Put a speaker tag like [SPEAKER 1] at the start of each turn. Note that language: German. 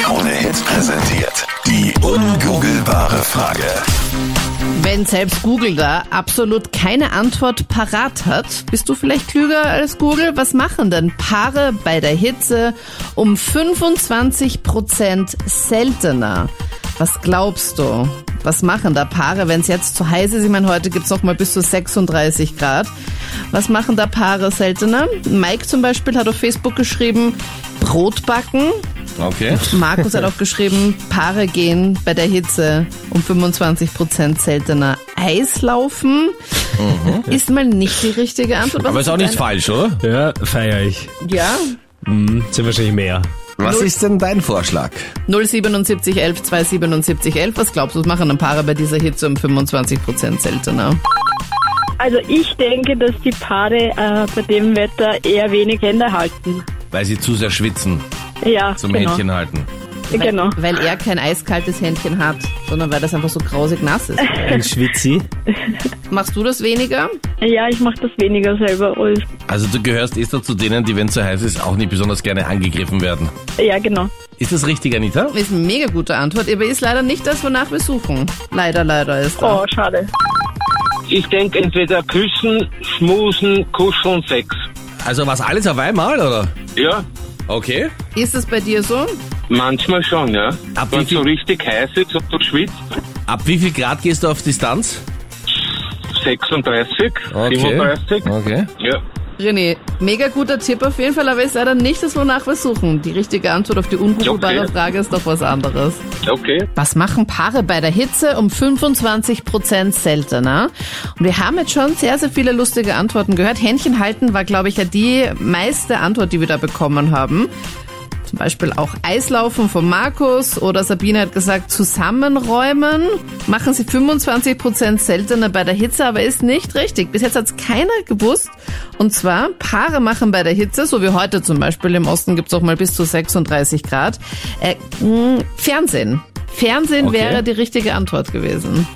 [SPEAKER 1] Krone Hits präsentiert. Die ungoogelbare Frage.
[SPEAKER 2] Wenn selbst Google da absolut keine Antwort parat hat, bist du vielleicht klüger als Google? Was machen denn Paare bei der Hitze um 25% seltener? Was glaubst du? Was machen da Paare, wenn es jetzt zu heiß ist? Ich meine, heute gibt's noch mal bis zu 36 Grad. Was machen da Paare seltener? Mike zum Beispiel hat auf Facebook geschrieben, Brot backen,
[SPEAKER 3] Okay.
[SPEAKER 2] Markus hat auch geschrieben, Paare gehen bei der Hitze um 25% seltener Eislaufen. Ist mal nicht die richtige Antwort. Was
[SPEAKER 3] Mhm. Aber ist auch
[SPEAKER 2] mit
[SPEAKER 3] nicht falsch, oder?
[SPEAKER 4] Ja, feier ich.
[SPEAKER 2] deiner- Ja.
[SPEAKER 4] Sind wahrscheinlich mehr.
[SPEAKER 3] Was ist denn dein Vorschlag?
[SPEAKER 2] 077 11 277 11. Was glaubst du, was machen dann Paare bei dieser Hitze um 25% seltener?
[SPEAKER 5] Also ich denke, dass die Paare äh, bei dem Wetter eher wenig Hände halten.
[SPEAKER 3] Weil sie zu sehr schwitzen,
[SPEAKER 5] Ja,
[SPEAKER 3] zum
[SPEAKER 5] genau.
[SPEAKER 3] Händchen halten.
[SPEAKER 5] Genau.
[SPEAKER 2] Weil er kein eiskaltes Händchen hat, sondern weil das einfach so grausig nass ist.
[SPEAKER 4] Ein Schwitzi.
[SPEAKER 2] Machst du das weniger?
[SPEAKER 5] Ja, ich mache das weniger selber. als-
[SPEAKER 3] Also du gehörst Esther zu denen, die, wenn es zu heiß ist, auch nicht besonders gerne angegriffen werden.
[SPEAKER 5] Ja, genau.
[SPEAKER 3] Ist das richtig, Anita?
[SPEAKER 2] Ist eine mega gute Antwort, aber ist leider nicht das, wonach wir suchen. Leider, leider ist das.
[SPEAKER 5] Oh, schade.
[SPEAKER 6] Ich denke entweder küssen, schmusen, kuscheln, Sex.
[SPEAKER 3] Also was alles auf einmal, oder?
[SPEAKER 6] Ja,
[SPEAKER 3] Okay.
[SPEAKER 2] Ist es bei dir so?
[SPEAKER 6] manchmal schon, ja.
[SPEAKER 3] Ab wie
[SPEAKER 6] Wenn es
[SPEAKER 3] viel-
[SPEAKER 6] so richtig heiß ist und du schwitzt,
[SPEAKER 3] Ab wie viel Grad gehst du auf Distanz?
[SPEAKER 6] 36, 37.
[SPEAKER 3] Okay.
[SPEAKER 6] Ja.
[SPEAKER 2] René, mega guter Tipp auf jeden Fall, aber ist leider nicht das, wonach wir suchen. Die richtige Antwort auf die ungoogelbare
[SPEAKER 6] Okay.
[SPEAKER 2] Frage ist doch was anderes.
[SPEAKER 6] Okay.
[SPEAKER 2] Was machen Paare bei der Hitze um 25% seltener? Und wir haben jetzt schon sehr, sehr viele lustige Antworten gehört. Händchen halten war, glaube ich, ja die meiste Antwort, die wir da bekommen haben. Zum Beispiel auch Eislaufen von Markus oder Sabine hat gesagt, zusammenräumen machen sie 25% seltener bei der Hitze, aber ist nicht richtig. Bis jetzt hat es keiner gewusst. Und zwar, Paare machen bei der Hitze, so wie heute zum Beispiel, im Osten gibt's auch mal bis zu 36 Grad, äh, mh, Fernsehen. Fernsehen
[SPEAKER 3] Okay.
[SPEAKER 2] wäre die richtige Antwort gewesen.